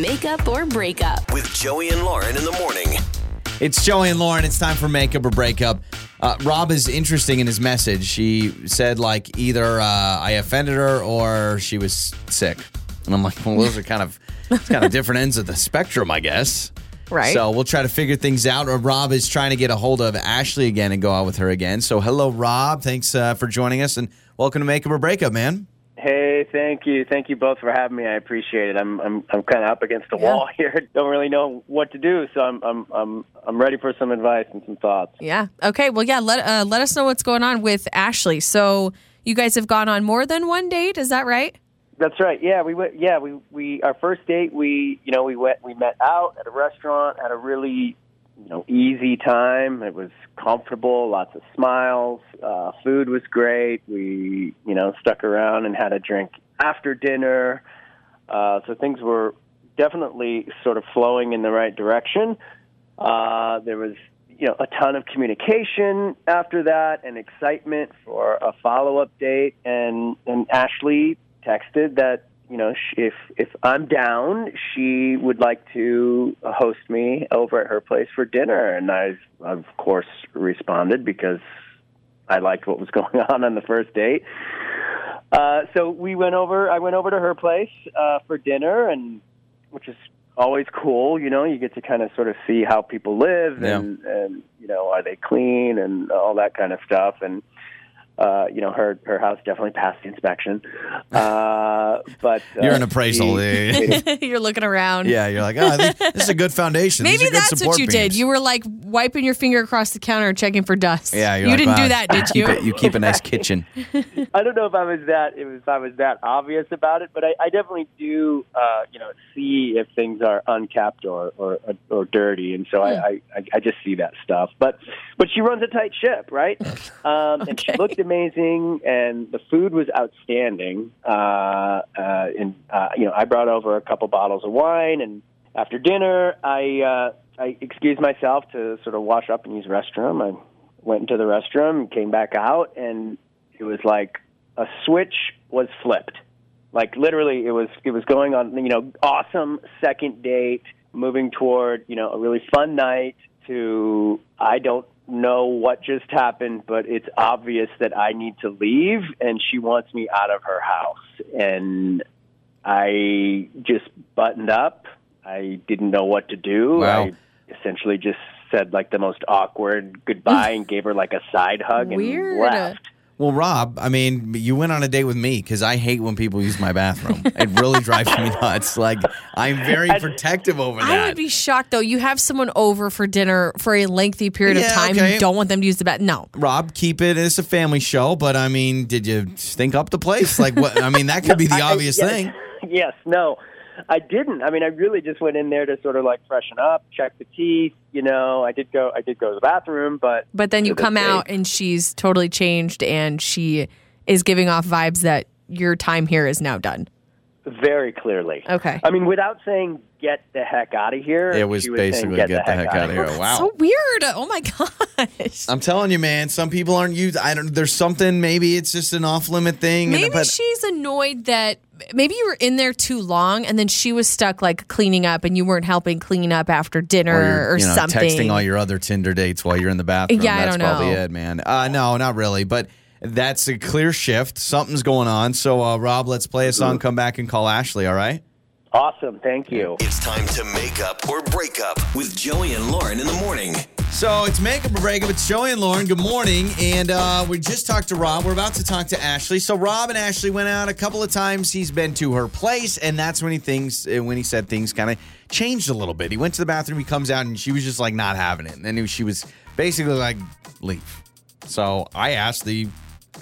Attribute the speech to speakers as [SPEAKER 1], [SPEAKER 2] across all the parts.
[SPEAKER 1] Makeup or breakup.
[SPEAKER 2] with Joey and Lauren in the morning.
[SPEAKER 3] It's Joey and Lauren. It's time for makeup or breakup. Uh, Rob is interesting in his message. She said like either uh, I offended her or she was sick, and I'm like, well, those are kind of it's kind of different ends of the spectrum, I guess.
[SPEAKER 4] Right.
[SPEAKER 3] So we'll try to figure things out. Or Rob is trying to get a hold of Ashley again and go out with her again. So hello, Rob. Thanks uh, for joining us and welcome to Makeup or Breakup, man.
[SPEAKER 5] Hey, thank you, thank you both for having me. I appreciate it. I'm I'm I'm kind of up against the wall here. Don't really know what to do, so I'm I'm I'm I'm ready for some advice and some thoughts.
[SPEAKER 4] Yeah. Okay. Well, yeah. Let uh, let us know what's going on with Ashley. So you guys have gone on more than one date. Is that right?
[SPEAKER 5] That's right. Yeah, we went. Yeah, we we our first date. We you know we went we met out at a restaurant. Had a really you know easy time. It was comfortable. Lots of smiles. Uh, food was great. We you know stuck around and had a drink after dinner. Uh, so things were definitely sort of flowing in the right direction. Uh, there was you know a ton of communication after that and excitement for a follow up date and and Ashley texted that you know sh if if I'm down she would like to host me over at her place for dinner and I of course responded because I liked what was going on on the first date uh, so we went over. I went over to her place uh, for dinner, and which is always cool. You know, you get to kind of sort of see how people live,
[SPEAKER 3] Yeah.
[SPEAKER 5] and and you know, are they clean and all that kind of stuff. And uh, you know, her her house definitely passed the inspection. Uh, but uh,
[SPEAKER 3] You're an appraisal.
[SPEAKER 5] she-
[SPEAKER 3] Yeah, yeah, yeah.
[SPEAKER 4] You're looking around.
[SPEAKER 3] Yeah, you're like, oh, I think this is a good foundation. These
[SPEAKER 4] Maybe
[SPEAKER 3] are good
[SPEAKER 4] that's
[SPEAKER 3] support
[SPEAKER 4] what you did.
[SPEAKER 3] beams."
[SPEAKER 4] You were like wiping your finger across the counter, checking for dust.
[SPEAKER 3] yeah,
[SPEAKER 4] you
[SPEAKER 3] you're like,
[SPEAKER 4] didn't
[SPEAKER 3] "Wow,
[SPEAKER 4] do that, did
[SPEAKER 3] keep
[SPEAKER 4] you?
[SPEAKER 3] it- you keep a nice kitchen.
[SPEAKER 5] I don't know if I was that if I was that obvious about it, but I, I definitely do, uh, you know, see if things are uncapped or or, or dirty, and so I, I I I just see that stuff. But but she runs a tight ship, right? Um, And she
[SPEAKER 4] Okay.
[SPEAKER 5] looked amazing, and the food was outstanding. Uh, uh, and uh, you know, I brought over a couple bottles of wine, and after dinner, I uh, I excused myself to sort of wash up and use restroom. I went into the restroom, came back out, and it was like a switch was flipped. Like literally, it was it was going on. You know, awesome second date, moving toward you know a really fun night. To I don't know what just happened, but it's obvious that I need to leave, and she wants me out of her house. And I just buttoned up. I didn't know what to do.
[SPEAKER 3] Wow.
[SPEAKER 5] I essentially just said like the most awkward goodbye and gave her like a side hug
[SPEAKER 4] Weird.
[SPEAKER 5] and left.
[SPEAKER 3] Well, Rob, I mean, you went on a date with me because I hate when people use my bathroom. it really drives me nuts. Like, I'm very protective over that.
[SPEAKER 4] I would be shocked though. You have someone over for dinner for a lengthy period of
[SPEAKER 3] Yeah,
[SPEAKER 4] time.
[SPEAKER 3] okay.
[SPEAKER 4] You don't want them to use the bat. No.
[SPEAKER 3] Rob, keep it. It's a family show, but I mean, did you stink up the place? Like, what? I mean, that could be the
[SPEAKER 5] I- I-
[SPEAKER 3] obvious
[SPEAKER 5] yes.
[SPEAKER 3] thing.
[SPEAKER 5] Yes, no, I didn't. I mean, I really just went in there to sort of like freshen up, check the teeth. You know, I did go, I did go to the bathroom, but
[SPEAKER 4] But then you
[SPEAKER 5] Yeah, that's
[SPEAKER 4] come
[SPEAKER 5] great.
[SPEAKER 4] out and she's totally changed and she is giving off vibes that your time here is now done.
[SPEAKER 5] very clearly.
[SPEAKER 4] Okay.
[SPEAKER 5] I mean, without saying "get the heck out of here,"
[SPEAKER 3] It was
[SPEAKER 5] she
[SPEAKER 3] basically
[SPEAKER 5] saying,
[SPEAKER 3] get, the heck out of here. Wow.
[SPEAKER 4] So weird. Oh my gosh.
[SPEAKER 3] I'm telling you, man, some people aren't used. I don't, there's something, maybe it's just an off limit thing. and-
[SPEAKER 4] Maybe
[SPEAKER 3] but-
[SPEAKER 4] she's annoyed that maybe you were in there too long and then she was stuck like cleaning up and you weren't helping clean up after dinner or,
[SPEAKER 3] you're, you know,
[SPEAKER 4] something.
[SPEAKER 3] Texting all your other Tinder dates while you're in the bathroom.
[SPEAKER 4] Yeah, I
[SPEAKER 3] that's
[SPEAKER 4] don't
[SPEAKER 3] probably
[SPEAKER 4] know.
[SPEAKER 3] it, man. Uh, no, not really. But that's a clear shift. Something's going on. So, uh, Rob, let's play a song, come back, and call Ashley. All right.
[SPEAKER 5] Awesome, thank you.
[SPEAKER 2] It's time to make up or break up with Joey and Lauren in the morning.
[SPEAKER 3] So it's makeup or breakup. It's Joey and Lauren. Good morning, and uh, we just talked to Rob. We're about to talk to Ashley. So Rob and Ashley went out a couple of times. He's been to her place, and that's when he things uh, when he said things kind of changed a little bit. He went to the bathroom. He comes out, and she was just like not having it. And then she was basically like, "Leave." So I asked the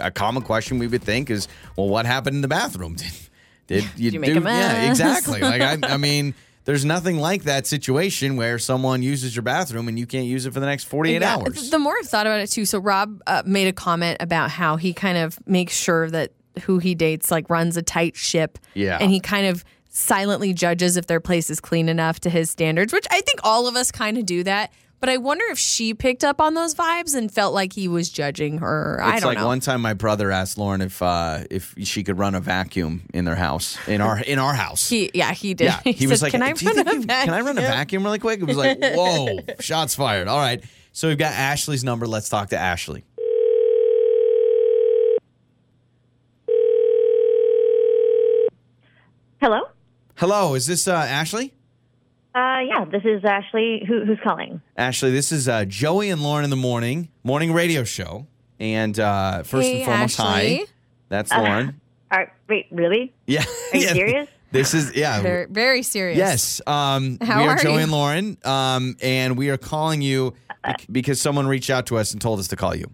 [SPEAKER 3] a common question we would think is, well, what happened in the bathroom? Did, did you,
[SPEAKER 4] you make
[SPEAKER 3] do? Yeah,
[SPEAKER 4] a mess?
[SPEAKER 3] exactly. like I, I mean, there's nothing like that situation where someone uses your bathroom and you can't use it for the next 48
[SPEAKER 4] Yeah,
[SPEAKER 3] hours.
[SPEAKER 4] The more I've thought about it too, so Rob uh, made a comment about how he kind of makes sure that who he dates like runs a tight ship.
[SPEAKER 3] Yeah.
[SPEAKER 4] And he kind of silently judges if their place is clean enough to his standards, which I think all of us kind of do that. But I wonder if she picked up on those vibes and felt like he was judging her. I
[SPEAKER 3] It's
[SPEAKER 4] don't
[SPEAKER 3] like
[SPEAKER 4] know.
[SPEAKER 3] one time my brother asked Lauren if uh, if she could run a vacuum in their house in our in our house.
[SPEAKER 4] he, yeah, he did.
[SPEAKER 3] Yeah, he, was
[SPEAKER 4] said,
[SPEAKER 3] like,
[SPEAKER 4] "Can I
[SPEAKER 3] "Do you
[SPEAKER 4] run
[SPEAKER 3] think
[SPEAKER 4] a
[SPEAKER 3] you- Can I run a vacuum really quick?" It was like, "Whoa, shots fired!" All right, so we've got Ashley's number. Let's talk to Ashley.
[SPEAKER 6] Hello.
[SPEAKER 3] Hello, is this uh, Ashley?
[SPEAKER 6] Uh, yeah, this is Ashley. Who, who's calling?
[SPEAKER 3] Ashley, this is uh, Joey and Lauren in the morning morning radio show. And uh, first
[SPEAKER 4] Hey,
[SPEAKER 3] and foremost, hi,
[SPEAKER 4] Ashley.
[SPEAKER 3] that's Lauren.
[SPEAKER 6] Are, Uh, wait, really?
[SPEAKER 3] Yeah,
[SPEAKER 6] Are you
[SPEAKER 3] yeah.
[SPEAKER 6] serious?
[SPEAKER 3] This is yeah.
[SPEAKER 4] Very, very serious.
[SPEAKER 3] Um, Yes. Um,
[SPEAKER 4] How
[SPEAKER 3] we are,
[SPEAKER 4] are
[SPEAKER 3] Joey
[SPEAKER 4] you?
[SPEAKER 3] and Lauren, um, and we are calling you
[SPEAKER 6] Uh,
[SPEAKER 3] bec- because someone reached out to us and told us to call you.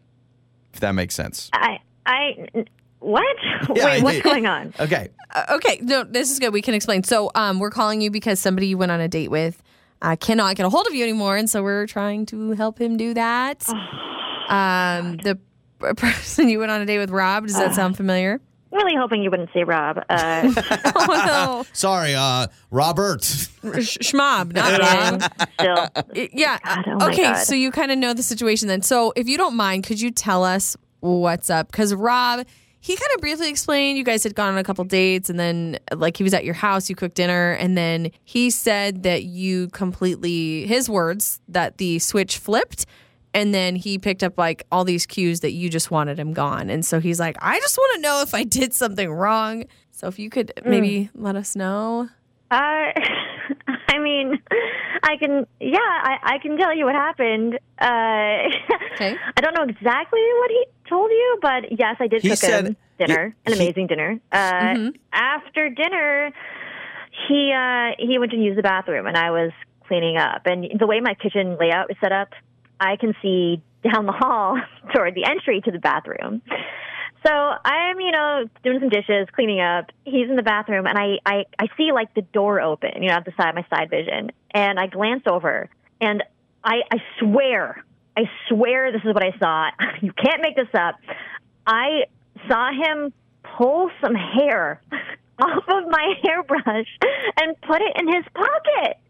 [SPEAKER 3] If that makes sense.
[SPEAKER 6] I, I, n- what?
[SPEAKER 3] Yeah, I
[SPEAKER 6] wait, what's
[SPEAKER 3] did.
[SPEAKER 6] going on?
[SPEAKER 3] Okay.
[SPEAKER 4] Uh, okay, no, this is good. We can explain. So, um, we're calling you because somebody you went on a date with uh, cannot get a hold of you anymore, and so we're trying to help him do that. um, the p- person you went on a date with, Rob. Does that sound familiar?
[SPEAKER 6] Really hoping you wouldn't say Rob. Uh,
[SPEAKER 4] oh
[SPEAKER 3] Sorry, uh, Robert.
[SPEAKER 4] no, Sh- Schmob, not Rob.
[SPEAKER 6] again, still.
[SPEAKER 4] Y- Yeah.
[SPEAKER 6] God, oh my
[SPEAKER 4] okay,
[SPEAKER 6] God.
[SPEAKER 4] so you kind of know the situation then. So, if you don't mind, could you tell us what's up? Because Rob, he kind of briefly explained you guys had gone on a couple dates, and then like he was at your house, you cooked dinner, and then he said that you completely, his words, that the switch flipped. And then he picked up like all these cues that you just wanted him gone. And so he's like, I just want to know if I did something wrong. So if you could
[SPEAKER 6] Hmm.
[SPEAKER 4] maybe let us know.
[SPEAKER 6] Uh, I mean, I can, yeah, I, I can tell you what happened. Uh,
[SPEAKER 4] Okay.
[SPEAKER 6] I don't know exactly what he told you, but yes, I did
[SPEAKER 3] He
[SPEAKER 6] cook
[SPEAKER 3] said-
[SPEAKER 6] him dinner,
[SPEAKER 3] he-
[SPEAKER 6] an amazing dinner. Uh, After dinner, he uh, he went to use the bathroom, and I was cleaning up. And the way my kitchen layout is set up, I can see down the hall toward the entry to the bathroom. So I'm, you know, doing some dishes, cleaning up. He's in the bathroom, and I, I, I see like the door open, you know, out the side my side vision, and I glance over, and I, I swear, I swear this is what I saw. You can't make this up. I saw him pull some hair off of my hairbrush and put it in his pocket.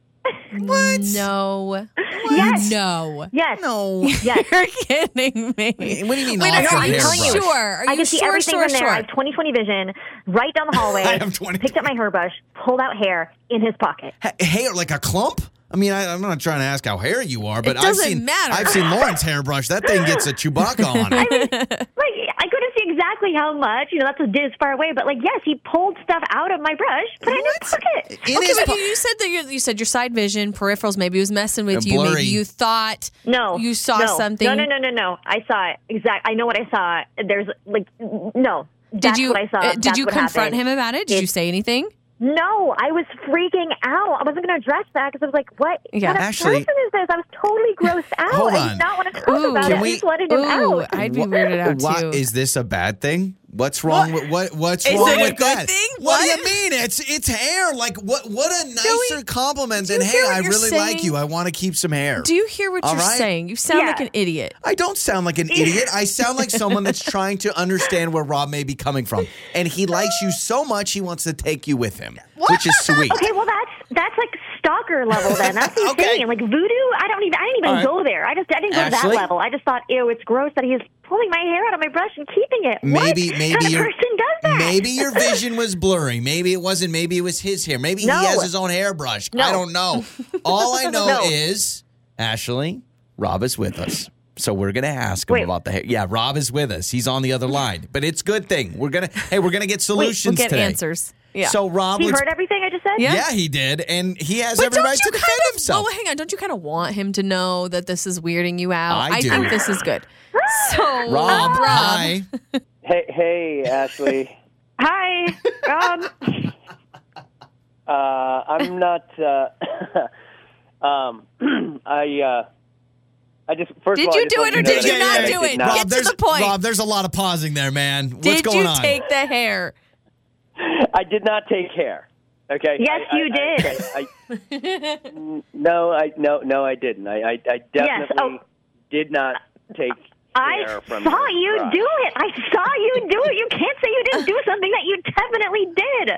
[SPEAKER 4] What? No.
[SPEAKER 6] Yes.
[SPEAKER 4] No.
[SPEAKER 6] Yes.
[SPEAKER 3] No.
[SPEAKER 6] Yes.
[SPEAKER 4] You're kidding me.
[SPEAKER 3] What do you mean?
[SPEAKER 4] Wait,
[SPEAKER 3] off
[SPEAKER 4] are,
[SPEAKER 6] no,
[SPEAKER 3] your
[SPEAKER 6] I'm
[SPEAKER 4] you
[SPEAKER 6] telling
[SPEAKER 3] hairbrush?
[SPEAKER 6] you.
[SPEAKER 4] sure? Are you
[SPEAKER 6] I can see
[SPEAKER 4] sure,
[SPEAKER 6] everything
[SPEAKER 4] sure,
[SPEAKER 6] from there.
[SPEAKER 4] sure?
[SPEAKER 6] I have 20/20 vision right down the hallway.
[SPEAKER 3] I have 20/20.
[SPEAKER 6] Picked up my hairbrush, pulled out hair in his pocket.
[SPEAKER 3] Ha- hair like a clump. I mean, I, I'm not trying to ask how hairy you are, but I've
[SPEAKER 4] doesn't
[SPEAKER 3] seen
[SPEAKER 4] matter.
[SPEAKER 3] I've seen Lauren's hairbrush. That thing gets a Chewbacca on it.
[SPEAKER 6] Like I couldn't see exactly how much. You know, that's a dis far away. But like, yes, he pulled stuff out of my brush, put it in his pocket.
[SPEAKER 3] In
[SPEAKER 4] Okay,
[SPEAKER 3] his
[SPEAKER 4] but
[SPEAKER 3] po-
[SPEAKER 4] you, you said that you, you said your side vision, peripherals, maybe was messing with
[SPEAKER 3] Uh,
[SPEAKER 4] you.
[SPEAKER 3] blurry.
[SPEAKER 4] Maybe you thought
[SPEAKER 6] No,
[SPEAKER 4] you saw
[SPEAKER 6] no.
[SPEAKER 4] something.
[SPEAKER 6] No, no, no, no, no. I saw it exact. I know what I saw. There's like, no.
[SPEAKER 4] Did
[SPEAKER 6] That's
[SPEAKER 4] you
[SPEAKER 6] What I saw.
[SPEAKER 4] uh, did
[SPEAKER 6] That's
[SPEAKER 4] you
[SPEAKER 6] what
[SPEAKER 4] confront
[SPEAKER 6] happened.
[SPEAKER 4] him about it? Did you
[SPEAKER 6] It's-
[SPEAKER 4] say anything?
[SPEAKER 6] No, I was freaking out. I wasn't going to address that because I was like, "What?
[SPEAKER 4] Yeah.
[SPEAKER 6] what
[SPEAKER 3] Actually-
[SPEAKER 6] person is this?" I was totally grossed out.
[SPEAKER 3] Hold
[SPEAKER 6] I
[SPEAKER 3] on.
[SPEAKER 6] did not want to talk about
[SPEAKER 4] Can
[SPEAKER 6] it.
[SPEAKER 3] we-
[SPEAKER 6] I just wanted him
[SPEAKER 4] Ooh,
[SPEAKER 6] out.
[SPEAKER 4] I'd be weirded out
[SPEAKER 3] Why-
[SPEAKER 4] too.
[SPEAKER 3] is this a bad thing? What's wrong with what? What's
[SPEAKER 4] Is
[SPEAKER 3] wrong
[SPEAKER 4] it a
[SPEAKER 3] with
[SPEAKER 4] good
[SPEAKER 3] that?
[SPEAKER 4] thing?
[SPEAKER 3] What? do
[SPEAKER 4] What?
[SPEAKER 3] you mean? It's it's hair. Like what? What a nicer compliment
[SPEAKER 4] do
[SPEAKER 3] than
[SPEAKER 4] you
[SPEAKER 3] hey,
[SPEAKER 4] hear what
[SPEAKER 3] I
[SPEAKER 4] you're
[SPEAKER 3] really like
[SPEAKER 4] saying?
[SPEAKER 3] you. I want to keep some hair.
[SPEAKER 4] Do you hear what
[SPEAKER 3] All
[SPEAKER 4] you're
[SPEAKER 3] right.
[SPEAKER 4] saying? You sound
[SPEAKER 6] Yeah.
[SPEAKER 4] like an idiot.
[SPEAKER 3] I don't sound like an idiot. I sound like someone that's trying to understand where Rob may be coming from, and he likes you so much he wants to take you with him, which is sweet.
[SPEAKER 6] okay, well that's that's like stalker level then. That's
[SPEAKER 3] Okay.
[SPEAKER 6] insane. Like voodoo. I don't even. I didn't even
[SPEAKER 3] All right.
[SPEAKER 6] go there. I just. I didn't go to
[SPEAKER 3] Ashley?
[SPEAKER 6] that level. I just thought, ew, it's gross that he's pulling my hair out of my brush and keeping it.
[SPEAKER 3] Maybe
[SPEAKER 6] what
[SPEAKER 3] maybe
[SPEAKER 6] kind of
[SPEAKER 3] your
[SPEAKER 6] person does that?
[SPEAKER 3] maybe your vision was blurry. Maybe it wasn't. Maybe it was his hair. Maybe
[SPEAKER 6] No.
[SPEAKER 3] he has his own hairbrush. I don't know. All I know
[SPEAKER 6] No.
[SPEAKER 3] is Ashley, Rob is with us. So we're gonna ask him
[SPEAKER 6] Wait.
[SPEAKER 3] about the hair. Yeah, Rob is with us. He's on the other line, but it's a good thing. We're gonna hey, we're gonna get
[SPEAKER 4] We'll
[SPEAKER 3] solutions
[SPEAKER 4] get
[SPEAKER 3] today.
[SPEAKER 4] answers. Yeah.
[SPEAKER 3] So Rob,
[SPEAKER 6] He
[SPEAKER 3] let's-
[SPEAKER 6] heard everything I just said.
[SPEAKER 4] Yeah.
[SPEAKER 3] yeah, he did, and he has
[SPEAKER 4] But
[SPEAKER 3] every
[SPEAKER 4] don't
[SPEAKER 3] right
[SPEAKER 4] you
[SPEAKER 3] to
[SPEAKER 4] kind
[SPEAKER 3] defend
[SPEAKER 4] of?
[SPEAKER 3] himself.
[SPEAKER 4] Oh, hang on! Don't you kind of want him to know that this is weirding you out?
[SPEAKER 3] I do.
[SPEAKER 4] think this is good. So,
[SPEAKER 3] Rob, hi.
[SPEAKER 5] Hey, hey, Ashley.
[SPEAKER 6] Hi, Um, Rob.
[SPEAKER 5] uh, I'm not. Uh, um, I uh, I just first.
[SPEAKER 4] Did
[SPEAKER 5] of all, I
[SPEAKER 4] you
[SPEAKER 5] just
[SPEAKER 4] do
[SPEAKER 5] want
[SPEAKER 4] it
[SPEAKER 5] you to know
[SPEAKER 4] or did
[SPEAKER 5] that
[SPEAKER 4] you
[SPEAKER 5] I
[SPEAKER 4] not
[SPEAKER 5] did
[SPEAKER 4] do it?
[SPEAKER 5] not-
[SPEAKER 4] Get to
[SPEAKER 3] there's,
[SPEAKER 4] the point.
[SPEAKER 3] Rob, there's a lot of pausing there, man. What's
[SPEAKER 4] Did
[SPEAKER 3] going
[SPEAKER 4] you
[SPEAKER 3] on?
[SPEAKER 4] take the hair?
[SPEAKER 5] I did not take hair. Okay.
[SPEAKER 6] Yes,
[SPEAKER 5] I- I-
[SPEAKER 6] you
[SPEAKER 5] I-
[SPEAKER 6] did.
[SPEAKER 5] I- I- N- no, I no no I didn't. I I, I definitely
[SPEAKER 6] oh.
[SPEAKER 5] did not take
[SPEAKER 6] I
[SPEAKER 5] hair from
[SPEAKER 6] saw
[SPEAKER 5] your
[SPEAKER 6] you
[SPEAKER 5] garage.
[SPEAKER 6] do it. I saw you do it. You can't say you didn't do something that you definitely did.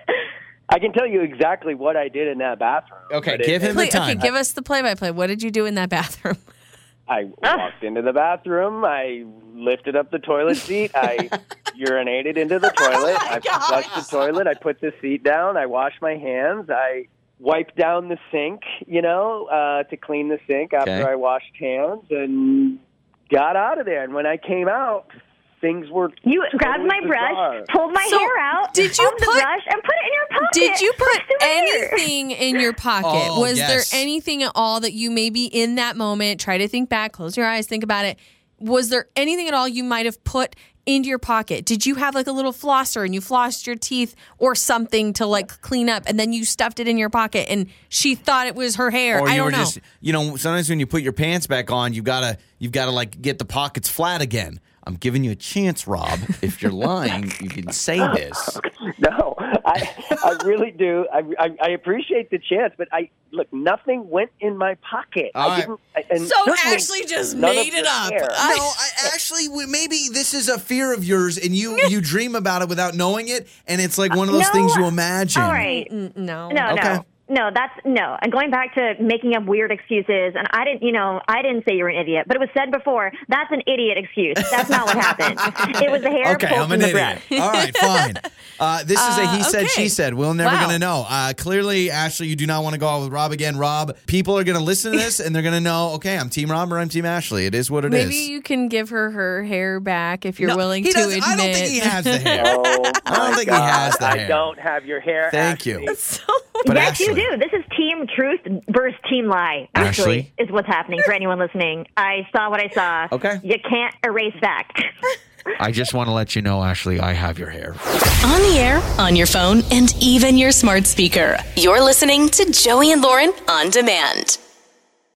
[SPEAKER 5] I can tell you exactly what I did in that bathroom.
[SPEAKER 3] Okay,
[SPEAKER 5] but it-
[SPEAKER 3] give him
[SPEAKER 5] it-
[SPEAKER 3] the
[SPEAKER 4] Please, okay,
[SPEAKER 3] time.
[SPEAKER 4] give us the play-by-play. What did you do in that bathroom?
[SPEAKER 5] I walked into the bathroom. I lifted up the toilet seat. I urinated into the toilet. I flushed the toilet. I put the seat down. I washed my hands. I wiped down the sink, you know, uh, to clean the sink after
[SPEAKER 3] Okay.
[SPEAKER 5] I washed hands and got out of there. And when I came out, things were
[SPEAKER 6] You
[SPEAKER 5] totally
[SPEAKER 6] grabbed my
[SPEAKER 5] bizarre.
[SPEAKER 6] brush, pulled my
[SPEAKER 4] So,
[SPEAKER 6] hair out,
[SPEAKER 4] did you
[SPEAKER 6] of the
[SPEAKER 4] put-
[SPEAKER 6] brush, and put it in your pocket.
[SPEAKER 4] Did you
[SPEAKER 6] for
[SPEAKER 4] put
[SPEAKER 6] a souvenir.
[SPEAKER 4] anything in your pocket?
[SPEAKER 3] Oh,
[SPEAKER 4] was
[SPEAKER 3] yes.
[SPEAKER 4] there anything at all that you maybe in that moment try to think back, close your eyes, think about it? Was there anything at all you might have put into your pocket? Did you have like a little flosser and you flossed your teeth or something to like clean up and then you stuffed it in your pocket and she thought it was her hair?
[SPEAKER 3] Or
[SPEAKER 4] I
[SPEAKER 3] you
[SPEAKER 4] don't
[SPEAKER 3] were
[SPEAKER 4] know.
[SPEAKER 3] just, you know, sometimes when you put your pants back on, you gotta, you've gotta like get the pockets flat again. I'm giving you a chance, Rob. If you're lying, you can say this.
[SPEAKER 5] No, I, I really do. I, I, I appreciate the chance, but I look. Nothing went in my pocket.
[SPEAKER 3] All
[SPEAKER 5] I
[SPEAKER 3] right.
[SPEAKER 5] didn't. I, and
[SPEAKER 4] So
[SPEAKER 5] certainly
[SPEAKER 4] Ashley just
[SPEAKER 5] none of
[SPEAKER 4] made it
[SPEAKER 5] the
[SPEAKER 4] up.
[SPEAKER 5] hair.
[SPEAKER 4] I-
[SPEAKER 3] No, I actually w- maybe this is a fear of yours, and you you dream about it without knowing it, and it's like one of those
[SPEAKER 6] No.
[SPEAKER 3] things you imagine.
[SPEAKER 6] All right.
[SPEAKER 4] Mm, no.
[SPEAKER 6] No,
[SPEAKER 3] Okay.
[SPEAKER 6] no. No, that's no. I'm going back to making up weird excuses, and I didn't, you know, I didn't say you're an idiot, but it was said before. That's an idiot excuse. That's not what happened. it was the hair
[SPEAKER 3] Okay,
[SPEAKER 6] pulled
[SPEAKER 3] I'm
[SPEAKER 6] from
[SPEAKER 3] an
[SPEAKER 6] the
[SPEAKER 3] idiot.
[SPEAKER 6] brush.
[SPEAKER 3] All right, fine. Uh, this is a he
[SPEAKER 4] Uh,
[SPEAKER 3] said, she
[SPEAKER 4] okay.
[SPEAKER 3] said. We're never
[SPEAKER 4] Wow.
[SPEAKER 3] going to know. Uh, clearly, Ashley, you do not want to go out with Rob again. Rob, people are going to listen to this and they're going to know, okay, I'm Team Rob or I'm Team Ashley. It is what it is.
[SPEAKER 4] Maybe you can give her her hair back if you're
[SPEAKER 3] No,
[SPEAKER 4] willing
[SPEAKER 3] he
[SPEAKER 4] to
[SPEAKER 3] doesn't-
[SPEAKER 4] admit.
[SPEAKER 3] I don't think he has the hair.
[SPEAKER 5] Oh,
[SPEAKER 3] I don't
[SPEAKER 5] my
[SPEAKER 3] think he
[SPEAKER 5] God.
[SPEAKER 3] has the hair.
[SPEAKER 5] I don't have your hair.
[SPEAKER 3] Thank
[SPEAKER 5] Ashley.
[SPEAKER 3] you.
[SPEAKER 6] Yes,
[SPEAKER 3] But Ashley,
[SPEAKER 6] you do. This is team truth versus team lie.
[SPEAKER 3] Ashley?
[SPEAKER 6] Actually, is what's happening for anyone listening. I saw what I saw.
[SPEAKER 3] Okay.
[SPEAKER 6] You can't erase that.
[SPEAKER 3] I just want to let you know, Ashley, I have your hair.
[SPEAKER 1] On the air, on your phone, and even your smart speaker. You're listening to Joey and Lauren on demand.